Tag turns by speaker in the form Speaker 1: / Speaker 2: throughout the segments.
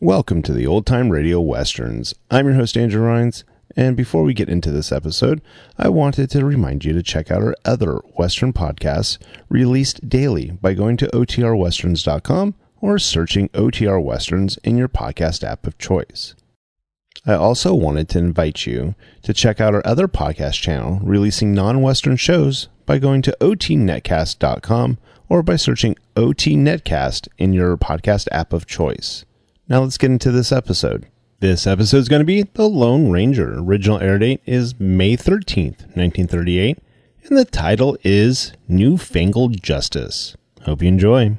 Speaker 1: Welcome to the Old Time Radio Westerns. I'm your host, Andrew Rhines, and before we get into this episode, I wanted to remind you to check out our other Western podcasts released daily by going to OTRWesterns.com or searching OTR Westerns in your podcast app of choice. I also wanted to invite you to check out our other podcast channel releasing non Western shows by going to OTNetcast.com or by searching OTNetcast in your podcast app of choice. Now let's get into this episode. This episode is going to be The Lone Ranger. Original air date is May 13th, 1938, and the title is Newfangled Justice. Hope you enjoy.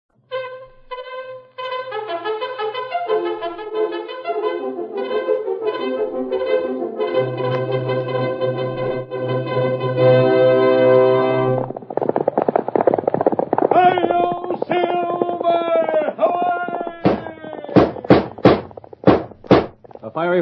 Speaker 2: A fiery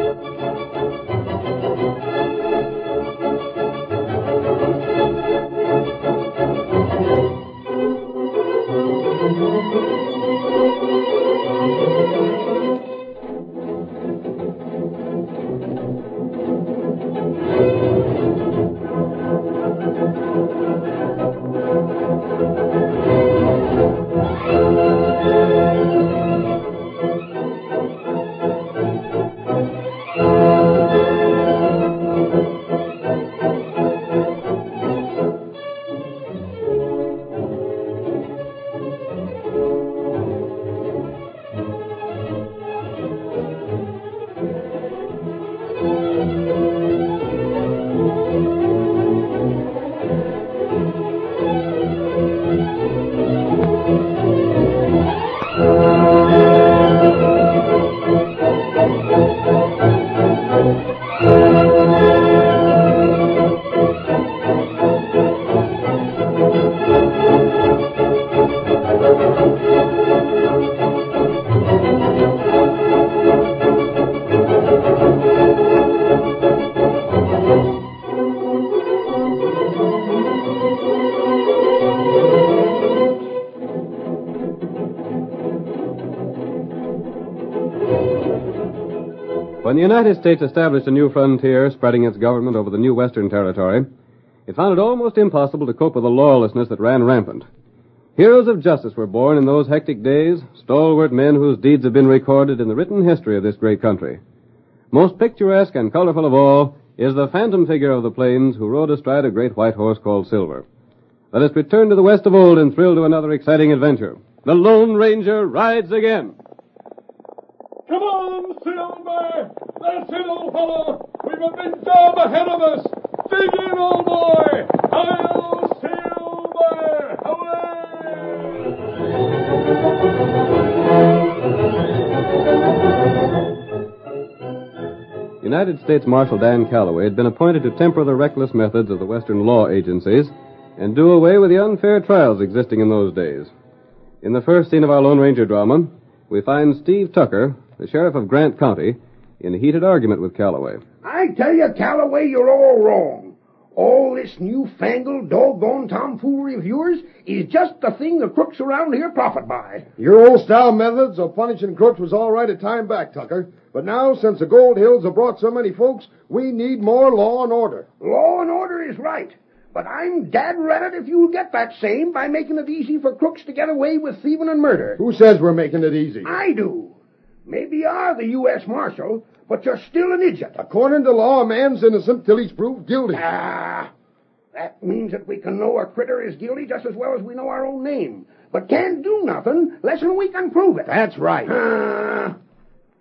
Speaker 2: When the United States established a new frontier, spreading its government over the new Western Territory, it found it almost impossible to cope with the lawlessness that ran rampant. Heroes of justice were born in those hectic days, stalwart men whose deeds have been recorded in the written history of this great country. Most picturesque and colorful of all is the phantom figure of the plains who rode astride a great white horse called Silver. Let us return to the West of old and thrill to another exciting adventure. The Lone Ranger rides again.
Speaker 3: Come on, Silver! That's it, old fellow! We've a big job ahead of us! Dig in, old boy!
Speaker 2: United States Marshal Dan Calloway had been appointed to temper the reckless methods of the Western law agencies and do away with the unfair trials existing in those days. In the first scene of our Lone Ranger drama, we find Steve Tucker, the sheriff of Grant County, in a heated argument with Calloway.
Speaker 4: I tell you, Calloway, you're all wrong. All this newfangled, doggone tomfoolery of yours is just the thing the crooks around here profit by.
Speaker 5: Your old style methods of punishing crooks was all right a time back, Tucker. But now, since the Gold Hills have brought so many folks, we need more law and order.
Speaker 4: Law and order is right. But I'm dad ratted if you'll get that same by making it easy for crooks to get away with thieving and murder.
Speaker 5: Who says we're making it easy?
Speaker 4: I do. Maybe you are the U.S. Marshal, but you're still an idiot.
Speaker 5: According to law, a man's innocent till he's proved guilty.
Speaker 4: Ah, that means that we can know a critter is guilty just as well as we know our own name. But can't do nothing less'n we can prove it.
Speaker 5: That's right.
Speaker 4: Ah,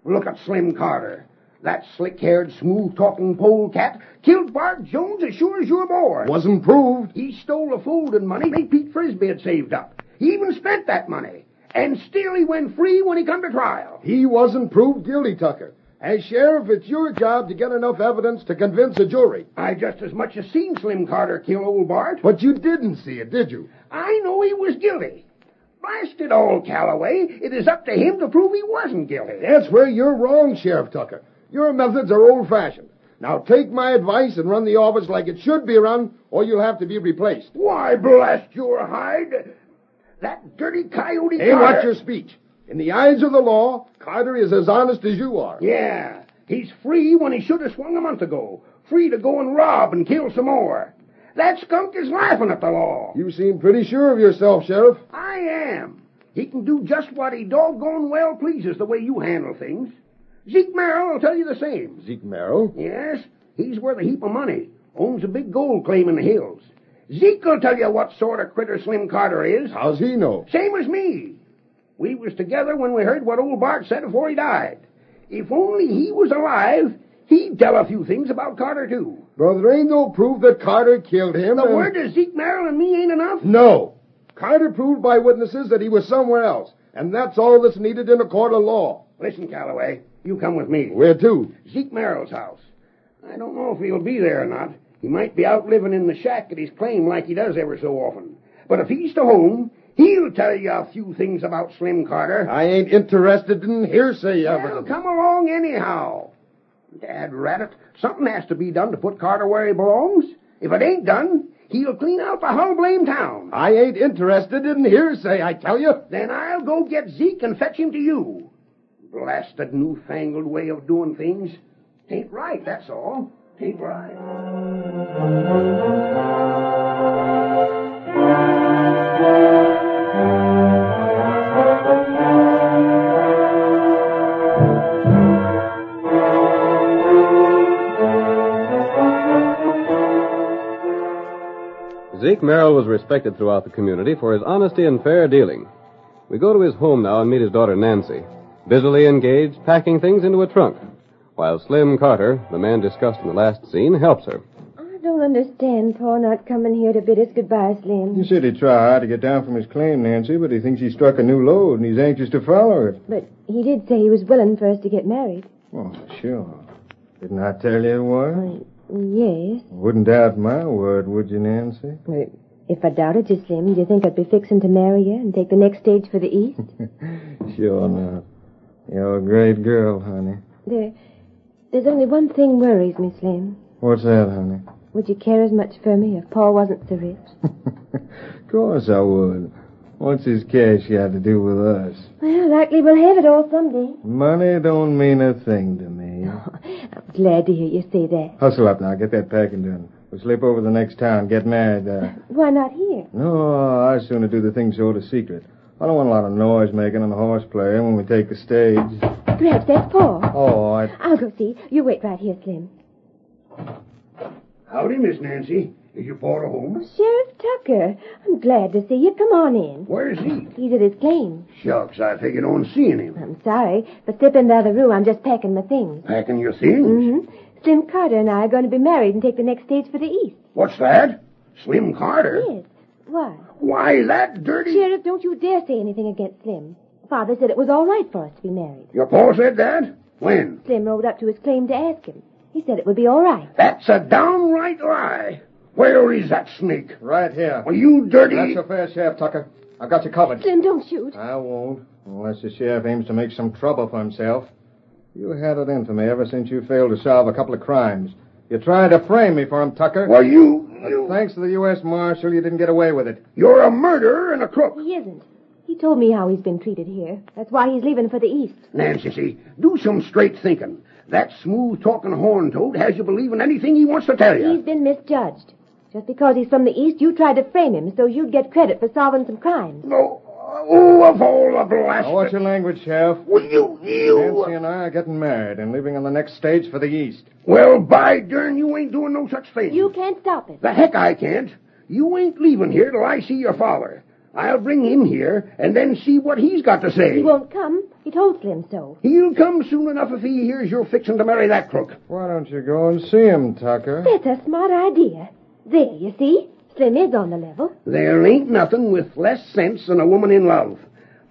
Speaker 4: look at Slim Carter. That slick-haired, smooth-talking polecat killed Bart Jones as sure as you're born.
Speaker 5: Wasn't proved.
Speaker 4: He stole the folding money that Pete Frisbee had saved up. He even spent that money. And still he went free when he come to trial.
Speaker 5: He wasn't proved guilty, Tucker. As sheriff, it's your job to get enough evidence to convince a jury.
Speaker 4: I just as much as seen Slim Carter kill old Bart.
Speaker 5: But you didn't see it, did you?
Speaker 4: I know he was guilty. Blast it all, Calloway. It is up to him to prove he wasn't guilty.
Speaker 5: That's where you're wrong, Sheriff Tucker. Your methods are old fashioned. Now take my advice and run the office like it should be run, or you'll have to be replaced.
Speaker 4: Why, blast your hide. That dirty coyote.
Speaker 5: Hey, Carter. watch your speech. In the eyes of the law, Carter is as honest as you are.
Speaker 4: Yeah. He's free when he should have swung a month ago. Free to go and rob and kill some more. That skunk is laughing at the law.
Speaker 5: You seem pretty sure of yourself, Sheriff.
Speaker 4: I am. He can do just what he doggone well pleases the way you handle things. Zeke Merrill will tell you the same.
Speaker 5: Zeke Merrill?
Speaker 4: Yes. He's worth a heap of money. Owns a big gold claim in the hills. Zeke will tell you what sort of critter Slim Carter is.
Speaker 5: How's he know?
Speaker 4: Same as me. We was together when we heard what old Bart said afore he died. If only he was alive, he'd tell a few things about Carter, too.
Speaker 5: Brother, there ain't no proof that Carter killed him.
Speaker 4: The and... word of Zeke Merrill and me ain't enough?
Speaker 5: No. Carter proved by witnesses that he was somewhere else, and that's all that's needed in a court of law.
Speaker 4: Listen, Calloway. You come with me.
Speaker 5: Where to?
Speaker 4: Zeke Merrill's house. I don't know if he'll be there or not. He might be out living in the shack at his claim like he does ever so often. But if he's to home, he'll tell you a few things about Slim Carter.
Speaker 5: I ain't interested in hearsay
Speaker 4: well,
Speaker 5: evidence.
Speaker 4: come along anyhow. Dad Rabbit, something has to be done to put Carter where he belongs. If it ain't done, he'll clean out the whole blame town.
Speaker 5: I ain't interested in hearsay, I tell you.
Speaker 4: Then I'll go get Zeke and fetch him to you blasted newfangled way of doing things. Ain't right, that's all. Ain't right.
Speaker 2: Zeke Merrill was respected throughout the community for his honesty and fair dealing. We go to his home now and meet his daughter Nancy busily engaged packing things into a trunk, while Slim Carter, the man discussed in the last scene, helps her.
Speaker 6: I don't understand Paul not coming here to bid us goodbye, Slim.
Speaker 7: He said he tried to get down from his claim, Nancy, but he thinks he struck a new lode and he's anxious to follow it.
Speaker 6: But he did say he was willing for us to get married.
Speaker 7: Oh, sure. Didn't I tell you it was?
Speaker 6: Uh, yes.
Speaker 7: Wouldn't doubt my word, would you, Nancy?
Speaker 6: Well, if I doubted you, Slim, do you think I'd be fixing to marry you and take the next stage for the East?
Speaker 7: sure not. You're a great girl, honey.
Speaker 6: There, there's only one thing worries me, Slim.
Speaker 7: What's that, honey?
Speaker 6: Would you care as much for me if Paul wasn't so rich?
Speaker 7: of course I would. What's his cash got to do with us?
Speaker 6: Well, likely we'll have it all someday.
Speaker 7: Money don't mean a thing to me.
Speaker 6: Oh, I'm glad to hear you say that.
Speaker 7: Hustle up now. Get that packing done. We'll slip over the next town, get married there.
Speaker 6: Uh... Why not here?
Speaker 7: No, I sooner do the thing sort of secret. I don't want a lot of noise making and horseplay when we take the stage.
Speaker 6: Perhaps that's Paul.
Speaker 7: Oh, I...
Speaker 6: I'll go see. You wait right here, Slim.
Speaker 4: Howdy, Miss Nancy. Is your Paul home?
Speaker 6: Oh, Sheriff Tucker. I'm glad to see you. Come on in.
Speaker 4: Where is he?
Speaker 6: He's at his claim.
Speaker 4: Shucks, I figured on seeing him.
Speaker 6: I'm sorry, but step in the other room. I'm just packing my things.
Speaker 4: Packing your things?
Speaker 6: Mm-hmm. Slim Carter and I are going to be married and take the next stage for the East.
Speaker 4: What's that? Slim Carter?
Speaker 6: Yes. Why?
Speaker 4: Why, that dirty.
Speaker 6: Sheriff, don't you dare say anything against Slim. Father said it was all right for us to be married.
Speaker 4: Your pa said that? When?
Speaker 6: Slim rode up to his claim to ask him. He said it would be all right.
Speaker 4: That's a downright lie. Where is that snake?
Speaker 7: Right here.
Speaker 4: Well, you dirty.
Speaker 7: That's your fair share, Tucker. I got you covered.
Speaker 6: Jim, don't shoot.
Speaker 7: I won't, unless the sheriff aims to make some trouble for himself. You had it in for me ever since you failed to solve a couple of crimes. You tried to frame me for him, Tucker.
Speaker 4: Well, you.
Speaker 7: But thanks to the U.S. Marshal, you didn't get away with it.
Speaker 4: You're a murderer and a crook.
Speaker 6: He isn't. He told me how he's been treated here. That's why he's leaving for the East.
Speaker 4: Nancy, see, do some straight thinking. That smooth talking horn toad has you believing anything he wants to tell you.
Speaker 6: He's been misjudged. Just because he's from the East, you tried to frame him so you'd get credit for solving some crimes.
Speaker 4: No. Oh, of all the blast.
Speaker 7: Now, watch your language, Sheriff.
Speaker 4: Well, you, you.
Speaker 7: Nancy and I are getting married and leaving on the next stage for the East.
Speaker 4: Well, by darn, you ain't doing no such thing.
Speaker 6: You can't stop it.
Speaker 4: The heck I can't. You ain't leaving here till I see your father. I'll bring him here and then see what he's got to say.
Speaker 6: He won't come. He told Slim so.
Speaker 4: He'll come soon enough if he hears you're fixing to marry that crook.
Speaker 7: Why don't you go and see him, Tucker?
Speaker 6: That's a smart idea. There, you see? Slim is on the level.
Speaker 4: There ain't nothing with less sense than a woman in love.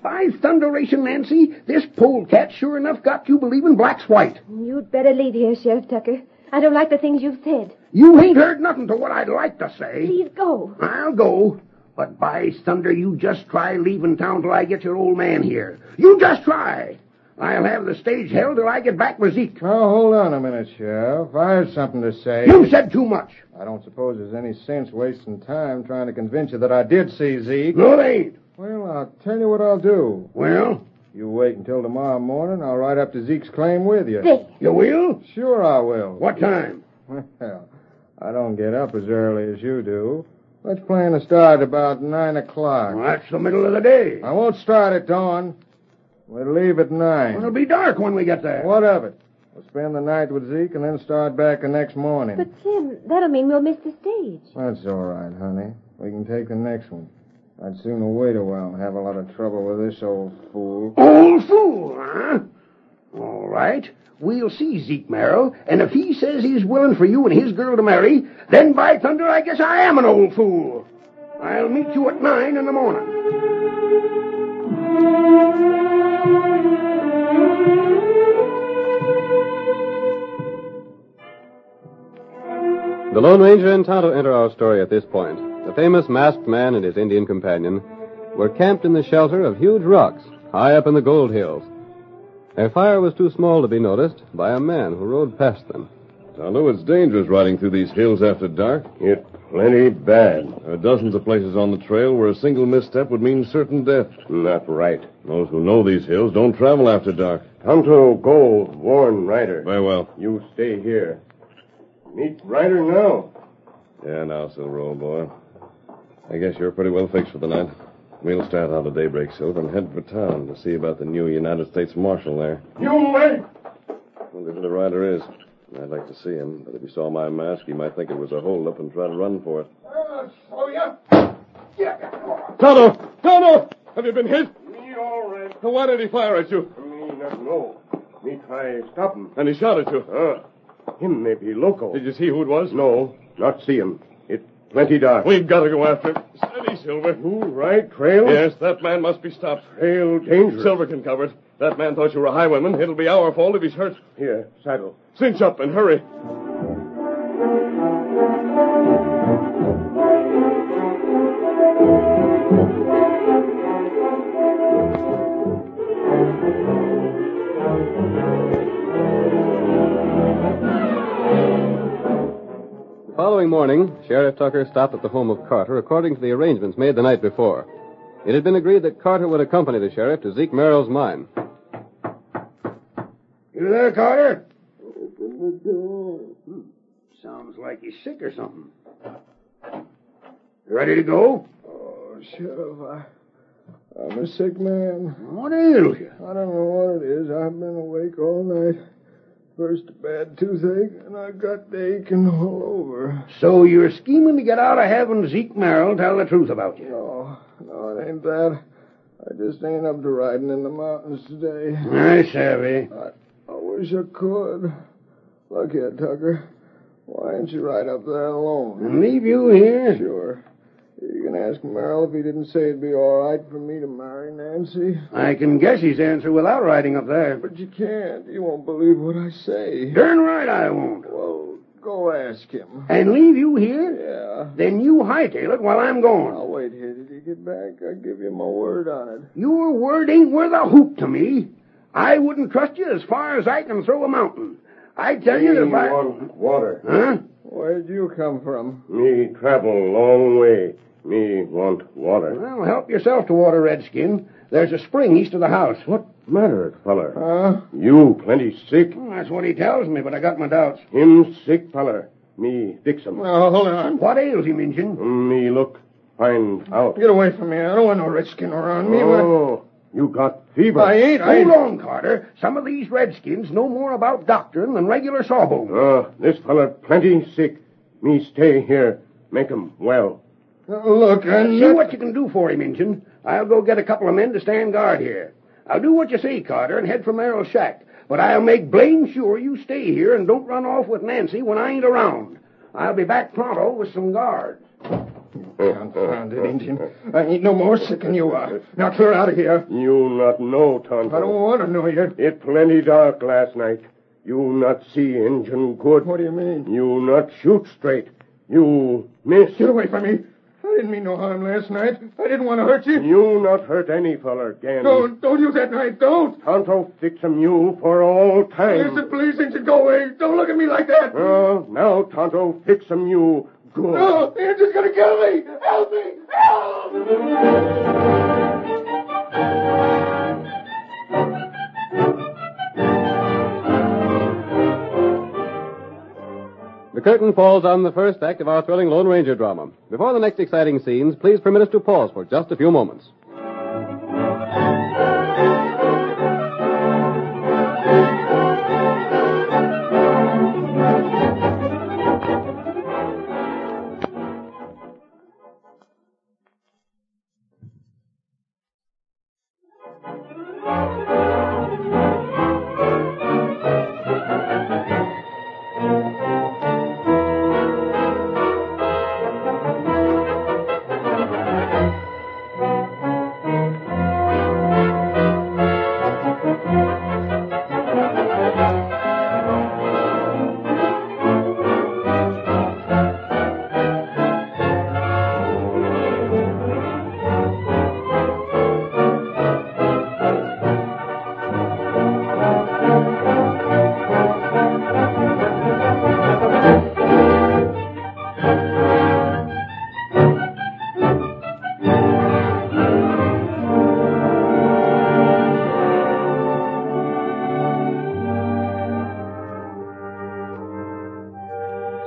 Speaker 4: By thunderation, Nancy, this polecat sure enough got you believing black's white.
Speaker 6: You'd better leave here, Sheriff Tucker. I don't like the things you've said.
Speaker 4: You ain't heard nothing to what I'd like to say.
Speaker 6: Please go.
Speaker 4: I'll go. But by thunder, you just try leaving town till I get your old man here. You just try. I'll have the stage held till I get back with Zeke.
Speaker 7: Now, hold on a minute, Sheriff. I have something to say.
Speaker 4: You said too much.
Speaker 7: I don't suppose there's any sense wasting time trying to convince you that I did see Zeke.
Speaker 4: No, there ain't.
Speaker 7: Well, I'll tell you what I'll do.
Speaker 4: Well?
Speaker 7: You wait until tomorrow morning. I'll ride up to Zeke's claim with you.
Speaker 6: Zeke.
Speaker 4: You will?
Speaker 7: Sure I will.
Speaker 4: What time?
Speaker 7: Well, I don't get up as early as you do. Let's plan to start about nine o'clock.
Speaker 4: Well, that's the middle of the day.
Speaker 7: I won't start at dawn. We'll leave at nine.
Speaker 4: Well, it'll be dark when we get there.
Speaker 7: What of it? We'll spend the night with Zeke and then start back the next morning.
Speaker 6: But, Slim, that'll mean we'll miss the stage.
Speaker 7: That's all right, honey. We can take the next one. I'd sooner wait a while and have a lot of trouble with this old fool.
Speaker 4: Old fool, huh? All right. We'll see Zeke Merrill, and if he says he's willing for you and his girl to marry, then by thunder, I guess I am an old fool. I'll meet you at nine in the morning.
Speaker 2: The Lone Ranger and Tonto enter our story at this point. The famous masked man and his Indian companion were camped in the shelter of huge rocks high up in the gold hills. Their fire was too small to be noticed by a man who rode past them.
Speaker 8: Tonto, it's dangerous riding through these hills after dark.
Speaker 9: It's plenty bad.
Speaker 8: There are dozens of places on the trail where a single misstep would mean certain death.
Speaker 9: Not right.
Speaker 8: Those who know these hills don't travel after dark.
Speaker 9: Tonto, go warn Ryder.
Speaker 8: Very well.
Speaker 9: You stay here. Meet Ryder now.
Speaker 8: Yeah, now, Silver, old boy. I guess you're pretty well fixed for the night. We'll start out at daybreak, Silver, and head for town to see about the new United States Marshal there.
Speaker 9: You wait!
Speaker 8: Wonder who the rider is. I'd like to see him, but if he saw my mask, he might think it was a holdup and try to run for it.
Speaker 9: I'll
Speaker 10: oh,
Speaker 9: show you.
Speaker 8: Tonto! Tonto! Have you been hit?
Speaker 9: Me all right.
Speaker 8: Why did he fire at you?
Speaker 9: Me not know. Me try stop him.
Speaker 8: And he shot at you.
Speaker 9: Uh, him may be loco.
Speaker 8: Did you see who it was?
Speaker 9: No, not see him. It plenty dark.
Speaker 8: We've got to go after him. Steady, Silver.
Speaker 9: Who right trail?
Speaker 8: Yes, that man must be stopped.
Speaker 9: Trail dangerous.
Speaker 8: Silver can cover it. That man thought you were a highwayman. It'll be our fault if he's hurt.
Speaker 9: Here, saddle.
Speaker 8: Cinch up and hurry.
Speaker 2: The following morning, Sheriff Tucker stopped at the home of Carter according to the arrangements made the night before. It had been agreed that Carter would accompany the sheriff to Zeke Merrill's mine.
Speaker 4: You there, Carter?
Speaker 11: Open the door.
Speaker 4: Hmm. Sounds like he's sick or something. You ready to go?
Speaker 7: Oh, Sheriff, I, I'm a sick man.
Speaker 4: What ails you?
Speaker 7: I don't know what it is. I've been awake all night. First a bad toothache, and I got the aching all over.
Speaker 4: So you're scheming to get out of having Zeke Merrill tell the truth about you?
Speaker 7: No, no, it ain't that. I just ain't up to riding in the mountains today.
Speaker 4: Nice, Savvy.
Speaker 7: I, I wish I could. Look here, Tucker. Why ain't you ride up there alone?
Speaker 4: And leave you here?
Speaker 7: Sure. You can
Speaker 10: asked Merrill if he didn't say it'd be all right for me to marry Nancy.
Speaker 4: I can guess his answer without writing up there.
Speaker 10: But you can't. You won't believe what I say.
Speaker 4: Darn right I won't.
Speaker 10: Well, go ask him.
Speaker 4: And leave you here?
Speaker 10: Yeah.
Speaker 4: Then you hightail it while I'm gone.
Speaker 7: Oh,
Speaker 10: I'll wait here till you get back. I'll give you my word on it.
Speaker 4: Your word ain't worth a hoop to me. I wouldn't trust you as far as I can throw a mountain. I tell
Speaker 9: Me
Speaker 4: you if I...
Speaker 9: want water.
Speaker 4: Huh?
Speaker 10: Where'd you come from?
Speaker 9: Me travel long way. Me want water.
Speaker 4: Well, help yourself to water, Redskin. There's a spring east of the house. What?
Speaker 9: Matter, feller.
Speaker 10: Huh?
Speaker 9: You plenty sick.
Speaker 4: Uh? That's what he tells me, but I got my doubts.
Speaker 9: Him sick, feller. Me fix him.
Speaker 10: Well, hold on. Mm,
Speaker 4: What ails him, Injun?
Speaker 9: Me look, find out.
Speaker 10: Get away from me. I don't want no redskin around me.
Speaker 9: Oh, you got fever.
Speaker 10: I ain't. I ain't.
Speaker 4: Hold on, Carter. Some of these Redskins know more about doctrine than regular sawbones.
Speaker 9: Uh, this feller plenty sick. Me stay here. Make him well.
Speaker 10: Uh, Look, I'm
Speaker 4: See
Speaker 10: not-
Speaker 4: what you can do for him, Injun. I'll go get a couple of men to stand guard here. I'll do what you say, Carter, and head for Merrill's shack. But I'll make blame sure you stay here and don't run off with Nancy when I ain't around. I'll be back pronto with some guards.
Speaker 10: Confounded Indian. I ain't no more sick than you are. Now clear out of here.
Speaker 9: You not know, Tonto.
Speaker 10: I don't want to know you.
Speaker 9: It plenty dark last night. You not see engine good.
Speaker 10: What do you mean?
Speaker 9: You not shoot straight. You miss.
Speaker 10: Get away from me. I didn't mean no harm last night. I didn't want to hurt you.
Speaker 9: You not hurt any feller again.
Speaker 10: Don't, don't use that knife. Don't.
Speaker 9: Tonto fix him you for all time.
Speaker 10: Listen, please, Injun, go away. Don't look at me like that.
Speaker 9: Oh, now Tonto fix him you good.
Speaker 10: No, they're just gonna kill me! Help me! Help!
Speaker 2: The curtain falls on the first act of our thrilling Lone Ranger drama. Before the next exciting scenes, please permit us to pause for just a few moments.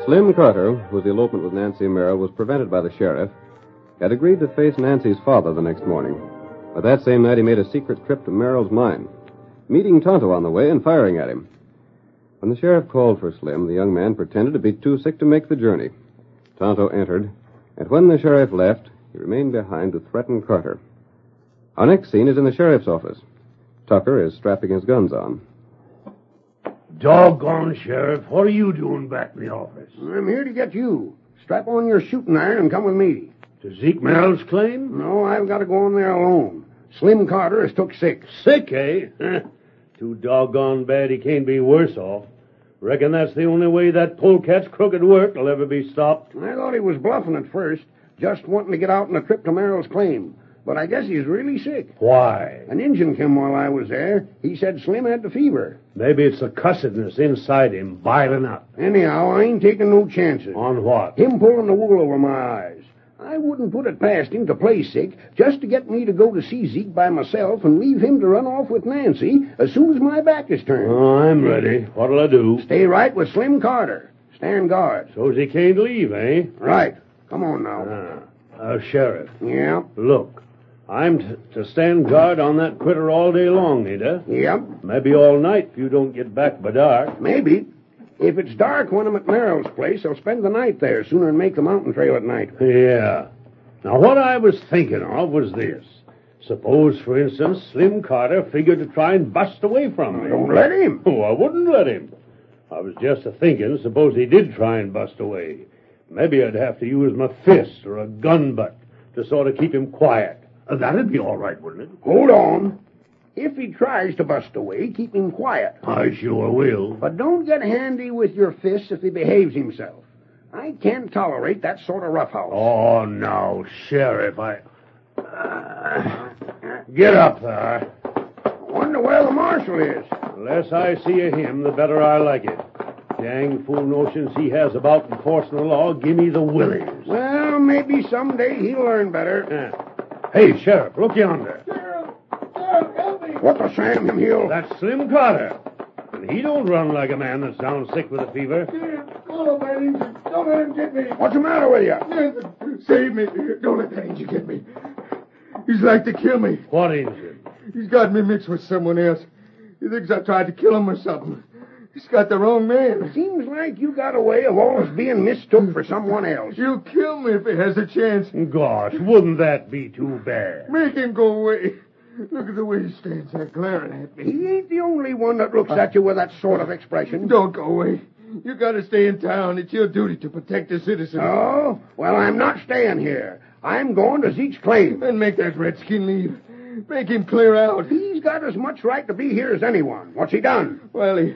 Speaker 2: Slim Carter, whose elopement with Nancy Merrill was prevented by the sheriff, had agreed to face Nancy's father the next morning. But that same night, he made a secret trip to Merrill's mine, meeting Tonto on the way and firing at him. When the sheriff called for Slim, the young man pretended to be too sick to make the journey. Tonto entered, and when the sheriff left, he remained behind to threaten Carter. Our next scene is in the sheriff's office. Tucker is strapping his guns on.
Speaker 4: Doggone, Sheriff. What are you doing back in the office? I'm here to get you. Strap on your shooting iron and come with me. To Zeke Merrill's claim? No, I've got to go in there alone. Slim Carter has took sick.
Speaker 12: Sick, eh? Too doggone bad he can't be worse off. Reckon that's the only way that polecat's crooked work will ever be stopped.
Speaker 4: I thought he was bluffing at first, just wanting to get out on a trip to Merrill's claim. But I guess he's really sick.
Speaker 12: Why?
Speaker 4: An engine came while I was there. He said Slim had the fever.
Speaker 12: Maybe it's the cussedness inside him biling up.
Speaker 4: Anyhow, I ain't taking no chances.
Speaker 12: On what?
Speaker 4: Him pulling the wool over my eyes. I wouldn't put it past him to play sick just to get me to go to see Zeke by myself and leave him to run off with Nancy as soon as my back is turned.
Speaker 12: Oh, I'm ready. What'll I do?
Speaker 4: Stay right with Slim Carter. Stand guard.
Speaker 12: So's he can't leave, eh?
Speaker 4: Right. Come on now.
Speaker 12: Ah, uh, Sheriff,
Speaker 4: Yep.
Speaker 12: look. I'm t- to stand guard on that critter all day long, ain't I?
Speaker 4: Yep.
Speaker 12: Maybe all night if you don't get back by dark.
Speaker 4: Maybe. If it's dark when I'm at Merrill's place, I'll spend the night there sooner than make the mountain trail at night.
Speaker 12: Yeah. Now, what I was thinking of was this. Suppose, for instance, Slim Carter figured to try and bust away from me.
Speaker 4: Don't let him.
Speaker 12: Oh, I wouldn't let him. I was just a thinking, suppose he did try and bust away. Maybe I'd have to use my fist or a gun butt, to sort of keep him quiet. Uh, that'd be all right, wouldn't it?
Speaker 4: Hold on. If he tries to bust away, keep him quiet.
Speaker 12: I sure will.
Speaker 4: But don't get handy with your fists if he behaves himself. I can't tolerate that sort of roughhouse.
Speaker 12: Oh, no, Sheriff, I. Uh, Get up there.
Speaker 4: Wonder where the marshal is.
Speaker 12: The less I see of him, the better I like it. Dang fool notions he has about enforcing the law give me the willies.
Speaker 4: Well, maybe someday he'll learn better.
Speaker 12: Hey, Sheriff, look yonder.
Speaker 4: What the Sam Hill?
Speaker 12: That's Slim Carter. And he don't run like a man that's down sick with a fever.
Speaker 3: Don't let that engine. Don't let him get me.
Speaker 4: What's the matter with you?
Speaker 3: Save me. Don't let that engine get me. He's like to kill me.
Speaker 12: What engine?
Speaker 3: He's got me mixed with someone else. He thinks I tried to kill him or something. He's got the wrong man.
Speaker 4: Seems like you got a way of always being mistook for someone else.
Speaker 3: He'll kill me if he has a chance.
Speaker 12: Gosh, wouldn't that be too bad?
Speaker 3: Make him go away. Look at the way he stands there glaring at me.
Speaker 4: He ain't the only one that looks at you with that sort of expression.
Speaker 3: Don't go away. You gotta stay in town. It's your duty to protect the citizens.
Speaker 4: Oh? Well, I'm not staying here. I'm going to Zeke's claim.
Speaker 3: Then make that redskin leave. Make him clear out.
Speaker 4: He's got as much right to be here as anyone. What's he done?
Speaker 3: Well, he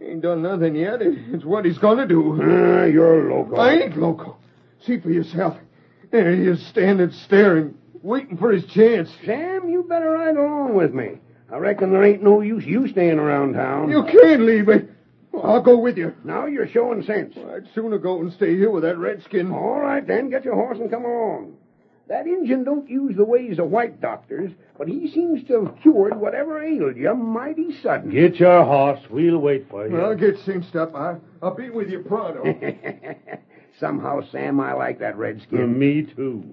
Speaker 3: ain't done nothing yet. It's what he's gonna do.
Speaker 4: Ah, you're loco.
Speaker 3: I ain't loco. See for yourself. There he is standing staring, waiting for his chance.
Speaker 4: Sam, you better ride along with me. I reckon there ain't no use you staying around town.
Speaker 3: You can't leave me. I'll go with you.
Speaker 4: Now you're showing sense.
Speaker 3: I'd sooner go and stay here with that redskin.
Speaker 4: All right, then, get your horse and come along. That Injun don't use the ways of white doctors, but he seems to have cured whatever ailed you mighty sudden.
Speaker 12: Get your horse. We'll wait for you.
Speaker 3: Well, I'll get cinched up. I, I'll be with you pronto.
Speaker 4: Somehow, Sam, I like that
Speaker 12: Uh,
Speaker 4: redskin.
Speaker 12: me too.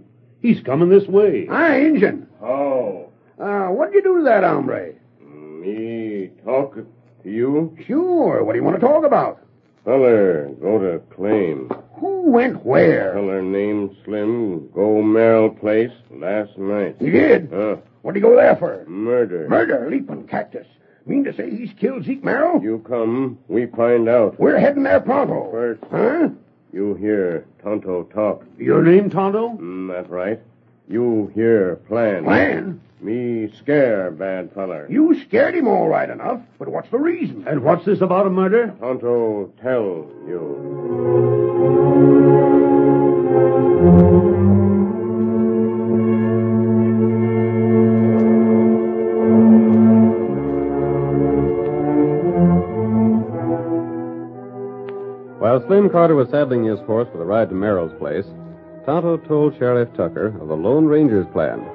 Speaker 12: He's coming this way.
Speaker 4: Hi, Injun.
Speaker 9: Oh,
Speaker 4: Uh, Ah, what'd you do to that hombre?
Speaker 9: me talk to you?
Speaker 4: Sure. What do you want to talk about?
Speaker 8: Feller, go to claim.
Speaker 4: Who went where?
Speaker 8: Feller named Slim, go Merrill Place last night.
Speaker 4: He did?
Speaker 8: Uh,
Speaker 4: What'd he go there for?
Speaker 8: murder.
Speaker 4: Murder, leaping cactus. Mean to say he's killed Zeke Merrill?
Speaker 8: You come, we find out.
Speaker 4: We're heading there pronto.
Speaker 8: First,
Speaker 4: Huh?
Speaker 8: you hear Tonto talk.
Speaker 12: Your name, Tonto?
Speaker 8: Mm, that right. You hear plan.
Speaker 4: Plan?
Speaker 8: Me scare, bad feller.
Speaker 4: You scared him all right enough, but what's the reason?
Speaker 12: And what's this about a murder?
Speaker 8: Tonto tell you.
Speaker 13: While Slim Carter was saddling his horse for the ride to Merrill's place, Tonto told Sheriff Tucker of the Lone Ranger's plan.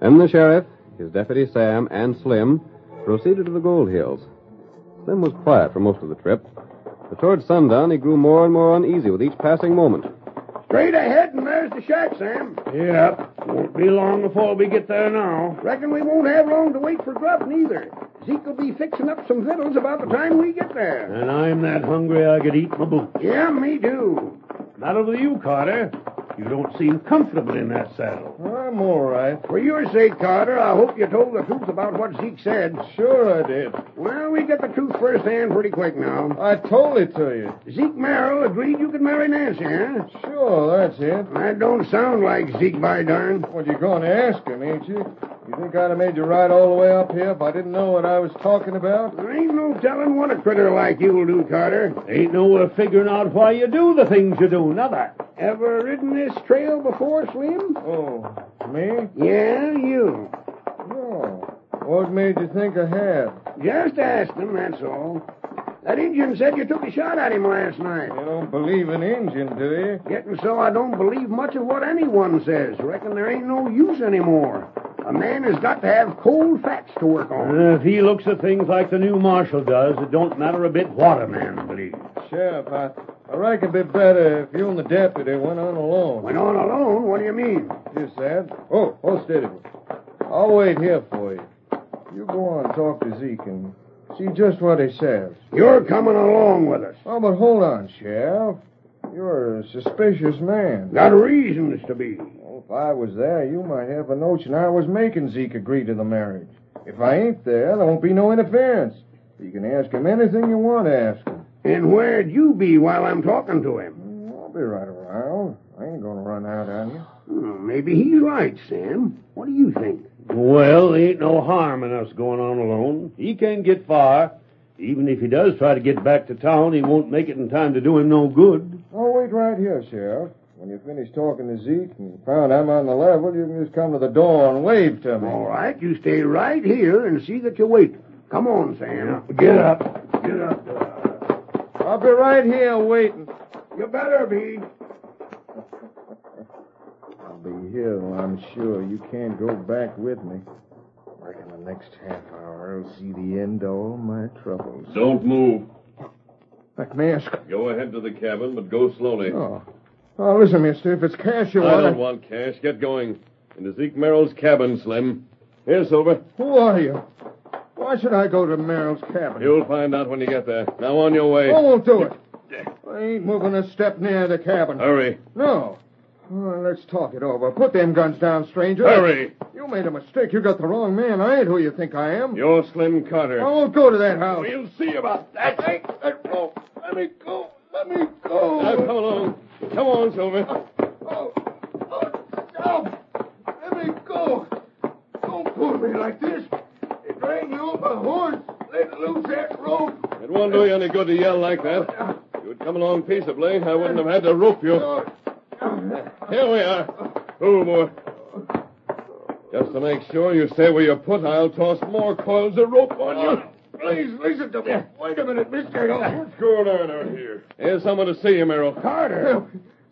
Speaker 13: And the sheriff, his deputy Sam, and Slim proceeded to the gold hills. Slim was quiet for most of the trip, but towards sundown he grew more and more uneasy with each passing moment.
Speaker 4: Straight ahead, and there's the shack, Sam.
Speaker 12: Yep. Won't be long before we get there now.
Speaker 4: Reckon we won't have long to wait for grub, neither. Zeke will be fixing up some victuals about the time we get there.
Speaker 12: And I'm that hungry I could eat my boot.
Speaker 4: Yeah, me too.
Speaker 12: Not over you, Carter. You don't seem comfortable in that saddle.
Speaker 7: I'm all right.
Speaker 4: For your sake, Carter, I hope you told the truth about what Zeke said.
Speaker 7: Sure I did.
Speaker 4: Well, we get the truth first hand pretty quick now.
Speaker 7: I told it to you.
Speaker 4: Zeke Merrill agreed you could marry Nancy, huh?
Speaker 7: Sure, that's it.
Speaker 4: That don't sound like Zeke, by darn.
Speaker 7: Well, you're going to ask him, ain't you? You think I'd have made you ride all the way up here if I didn't know what I was talking about?
Speaker 4: There ain't no telling what a critter like you'll do, Carter.
Speaker 12: Ain't no way of figuring out why you do the things you do, neither.
Speaker 4: Ever ridden this trail before, Slim?
Speaker 7: Oh, me?
Speaker 4: Yeah, you.
Speaker 7: No. What made you think I had?
Speaker 4: Just asked him, that's all. That Indian said you took a shot at him last night.
Speaker 7: You don't believe in Injun, do you?
Speaker 4: Getting so I don't believe much of what anyone says. Reckon there ain't no use anymore. A man has got to have cold facts to work on.
Speaker 12: Uh, if he looks at things like the new marshal does, it don't matter a bit what a man believes.
Speaker 7: Sheriff, I, I reckon it'd be better if you and the deputy went on alone.
Speaker 4: Went on alone, what do you mean?
Speaker 7: Just that. Oh, hold steady. I'll wait here for you. You go on and talk to Zeke and see just what he says.
Speaker 4: You're coming along with us.
Speaker 7: Oh, but hold on, Sheriff. You're a suspicious man.
Speaker 4: Got reasons to be.
Speaker 7: Well, if I was there, you might have a notion I was making Zeke agree to the marriage. If I ain't there, there won't be no interference. You can ask him anything you want to ask him.
Speaker 4: And where'd you be while I'm talking to him?
Speaker 7: I'll be right around.
Speaker 3: I ain't going to run out on you.
Speaker 4: Hmm, Maybe he's right, Sam. What do you think?
Speaker 12: Well, there ain't no harm in us going on alone. He can't get far. Even if he does try to get back to town, he won't make it in time to do him no good.
Speaker 3: Oh, wait right here, Sheriff. When you finish talking to Zeke and found I'm on the level, you can just come to the door and wave to me.
Speaker 4: All right, you stay right here and see that you wait. Come on, Sam.
Speaker 3: Get up.
Speaker 4: Get up. uh,
Speaker 3: I'll be right here waiting.
Speaker 4: You better be.
Speaker 3: I'll be here, though, I'm sure. You can't go back with me. Reckon the next half hour I'll see the end of all my troubles.
Speaker 8: Don't move.
Speaker 3: That mask.
Speaker 8: Go ahead to the cabin, but go slowly.
Speaker 3: Oh. Oh, listen, mister. If it's cash you
Speaker 8: I
Speaker 3: want.
Speaker 8: don't want cash. Get going. Into Zeke Merrill's cabin, Slim. Here, Silver.
Speaker 3: Who are you? Why should I go to Merrill's cabin?
Speaker 8: You'll find out when you get there. Now on your way.
Speaker 3: I won't do it. I ain't moving a step near the cabin.
Speaker 8: Hurry.
Speaker 3: No. Well, let's talk it over. Put them guns down, stranger.
Speaker 8: Hurry.
Speaker 3: You Oh, made a mistake. You got the wrong man. I ain't who you think I am.
Speaker 8: You're Slim Carter.
Speaker 3: I won't go to that house.
Speaker 8: We'll see about that.
Speaker 3: I, I, oh, let me go. Let me go.
Speaker 8: Now, come along. Come on, Silver.
Speaker 3: Oh, oh, stop. Let me go. Don't pull me like this. They dragged me on my horse. Let loose that rope.
Speaker 8: It won't do you any good to yell like that. If you'd come along peaceably, I wouldn't have had to rope you. Here we are. Two more. Just to make sure you stay where you're put, I'll toss more coils of rope on you.
Speaker 3: Uh, Please listen to me. Wait a minute, mister. Oh,
Speaker 8: What's going on out here? Here's someone to see you, Merrill.
Speaker 3: Carter.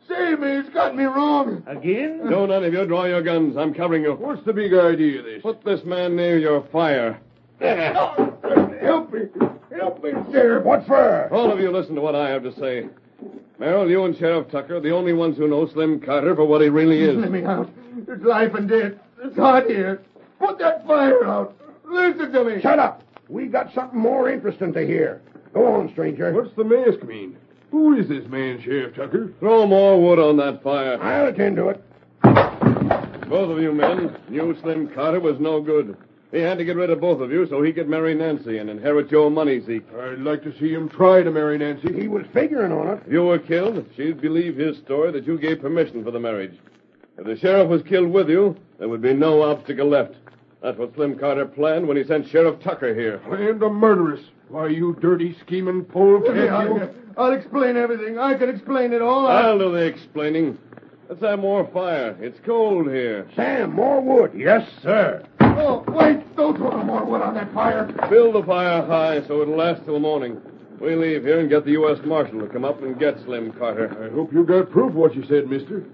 Speaker 3: Save me. He's got me wrong.
Speaker 12: Again?
Speaker 8: No, none of you. Draw your guns. I'm covering you.
Speaker 3: What's the big idea of this?
Speaker 8: Put this man near your fire.
Speaker 3: Help me. Help me, Sheriff. What for?
Speaker 8: All of you listen to what I have to say. Merrill, you and Sheriff Tucker are the only ones who know Slim Carter for what he really
Speaker 3: Let
Speaker 8: is.
Speaker 3: me out. It's life and death. It's hot here. Put that fire out. Listen to me.
Speaker 4: Shut up. We got something more interesting to hear. Go on, stranger.
Speaker 14: What's the mask mean? Who is this man, Sheriff Tucker?
Speaker 8: Throw more wood on that fire.
Speaker 4: I'll attend to it.
Speaker 8: Both of you men knew Slim Carter was no good. He had to get rid of both of you so he could marry Nancy and inherit your money, Zeke.
Speaker 14: I'd like to see him try to marry Nancy.
Speaker 4: He was figuring on it.
Speaker 8: If you were killed, she'd believe his story that you gave permission for the marriage. If the sheriff was killed with you, there would be no obstacle left. That's what Slim Carter planned when he sent Sheriff Tucker here.
Speaker 14: Planned a murderess. Why, you dirty, scheming polecat, you.
Speaker 3: I'll explain everything. I can explain it all. I-
Speaker 8: I'll do the explaining. Let's have more fire. It's cold here.
Speaker 4: Sam, more wood. Yes, sir.
Speaker 3: Oh, wait. Don't throw no more wood on that fire.
Speaker 8: Build the fire high so it'll last till morning. We leave here and get the U.S. Marshal to come up and get Slim Carter.
Speaker 14: I hope you got proof what you said, mister.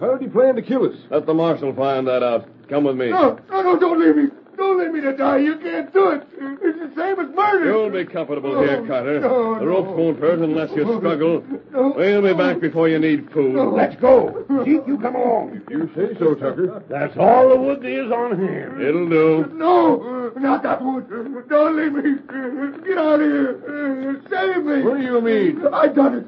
Speaker 14: How did he plan to kill us? Oh,
Speaker 8: Let the Marshal find that out. Come with me.
Speaker 3: No, no, no, don't leave me. Don't leave me to die. You can't do it. It's the same as murder.
Speaker 8: You'll be comfortable here,
Speaker 14: Oh,
Speaker 3: No,
Speaker 8: Carter.
Speaker 3: no,
Speaker 8: the ropes
Speaker 3: no.
Speaker 8: won't hurt unless you struggle.
Speaker 3: No.
Speaker 8: We'll be back before you need food.
Speaker 4: Let's go. Zeke, you come along.
Speaker 14: Oh, You say so, Tucker.
Speaker 12: That's all the wood there is on hand.
Speaker 8: It'll do.
Speaker 3: No, not that wood. Don't leave me. Get out of here. Save me.
Speaker 14: What do you mean?
Speaker 3: I done it.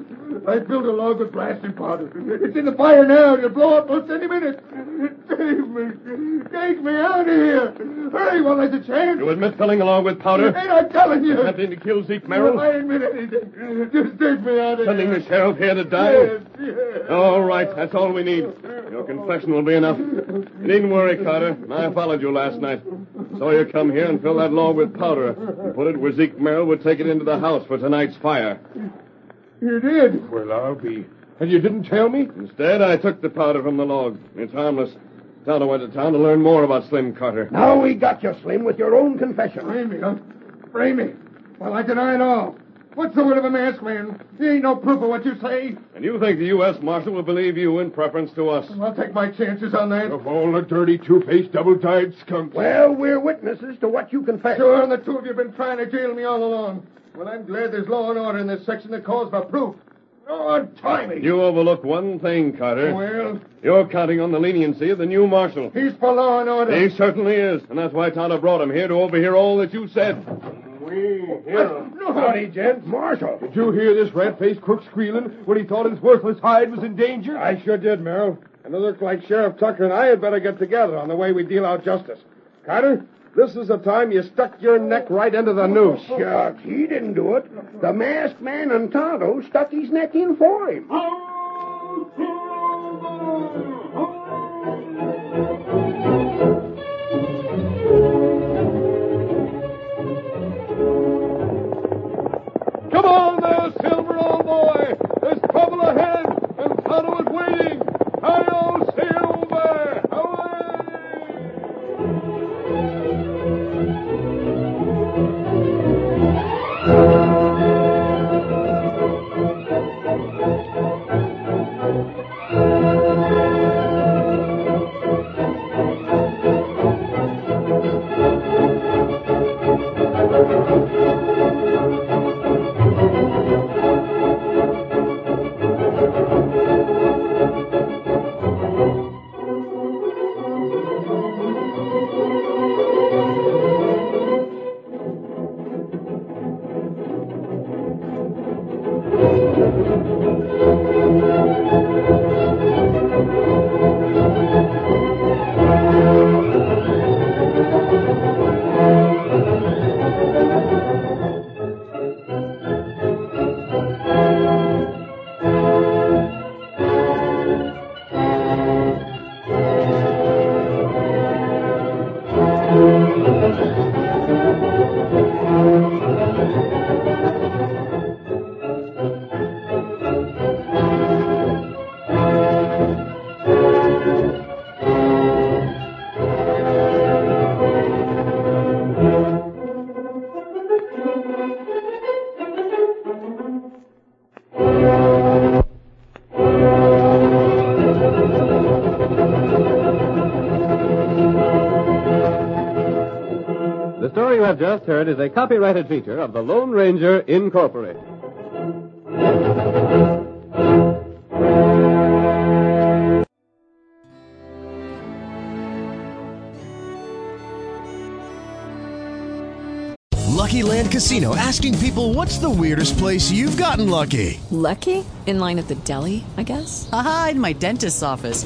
Speaker 3: I built a log with blasting powder. It's in the fire now. It'll blow up most any minute. Save me. Take me out of here. Hurry while there's a chance.
Speaker 8: You admit filling along with powder?
Speaker 3: Ain't I telling you?
Speaker 8: Attempting to kill Zeke Merrill?
Speaker 3: I admit anything. Just take me out of
Speaker 8: Sending
Speaker 3: here.
Speaker 8: the sheriff here to die?
Speaker 3: Yes, yes.
Speaker 8: All right, that's all we need. Your confession will be enough. You needn't worry, Carter. I followed you last night. Saw you come here and fill that log with powder and put it where Zeke Merrill would take it into the house for tonight's fire.
Speaker 3: You did.
Speaker 14: Well, I'll be. And you didn't tell me?
Speaker 8: Instead, I took the powder from the log. It's harmless. Tonto went to town to learn more about Slim Carter.
Speaker 4: Now we got you, Slim, with your own confession.
Speaker 3: Frame me, huh? Frame me. Well, I deny it all. What's the word of a masked man? There ain't no proof of what you say.
Speaker 8: And you think the U.S. Marshal will believe you in preference to us?
Speaker 3: I'll take my chances on that.
Speaker 14: Of all the dirty, two-faced, double-dyed skunks.
Speaker 4: Well, we're witnesses to what you confess.
Speaker 3: Sure, and the two of you have been trying to jail me all along. Well, I'm glad there's law and order in this section that calls for proof. Oh, untie me.
Speaker 8: You overlooked one thing, Carter.
Speaker 3: Well,
Speaker 8: You're counting on the leniency of the new marshal.
Speaker 3: he's for law and order.
Speaker 8: He certainly is, and that's why Tonto brought him here to overhear all that you said.
Speaker 3: No,
Speaker 4: Howdy, gents. Marshal.
Speaker 14: Did you hear this rat-faced crook squealing when he thought his worthless hide was in danger?
Speaker 3: I sure did, Merrill. And it looked like Sheriff Tucker and I had better get together on the way we deal out justice. Carter, this is the time you stuck your neck right into the noose.
Speaker 4: Shucks, he didn't do it. The masked man and Tonto stuck his neck in for him.
Speaker 13: you have just heard is a copyrighted feature of the Lone Ranger Incorporated.
Speaker 15: Lucky Land Casino asking people what's the weirdest place you've gotten lucky?
Speaker 16: Lucky? In line at the deli, I guess?
Speaker 17: Aha, in my dentist's office.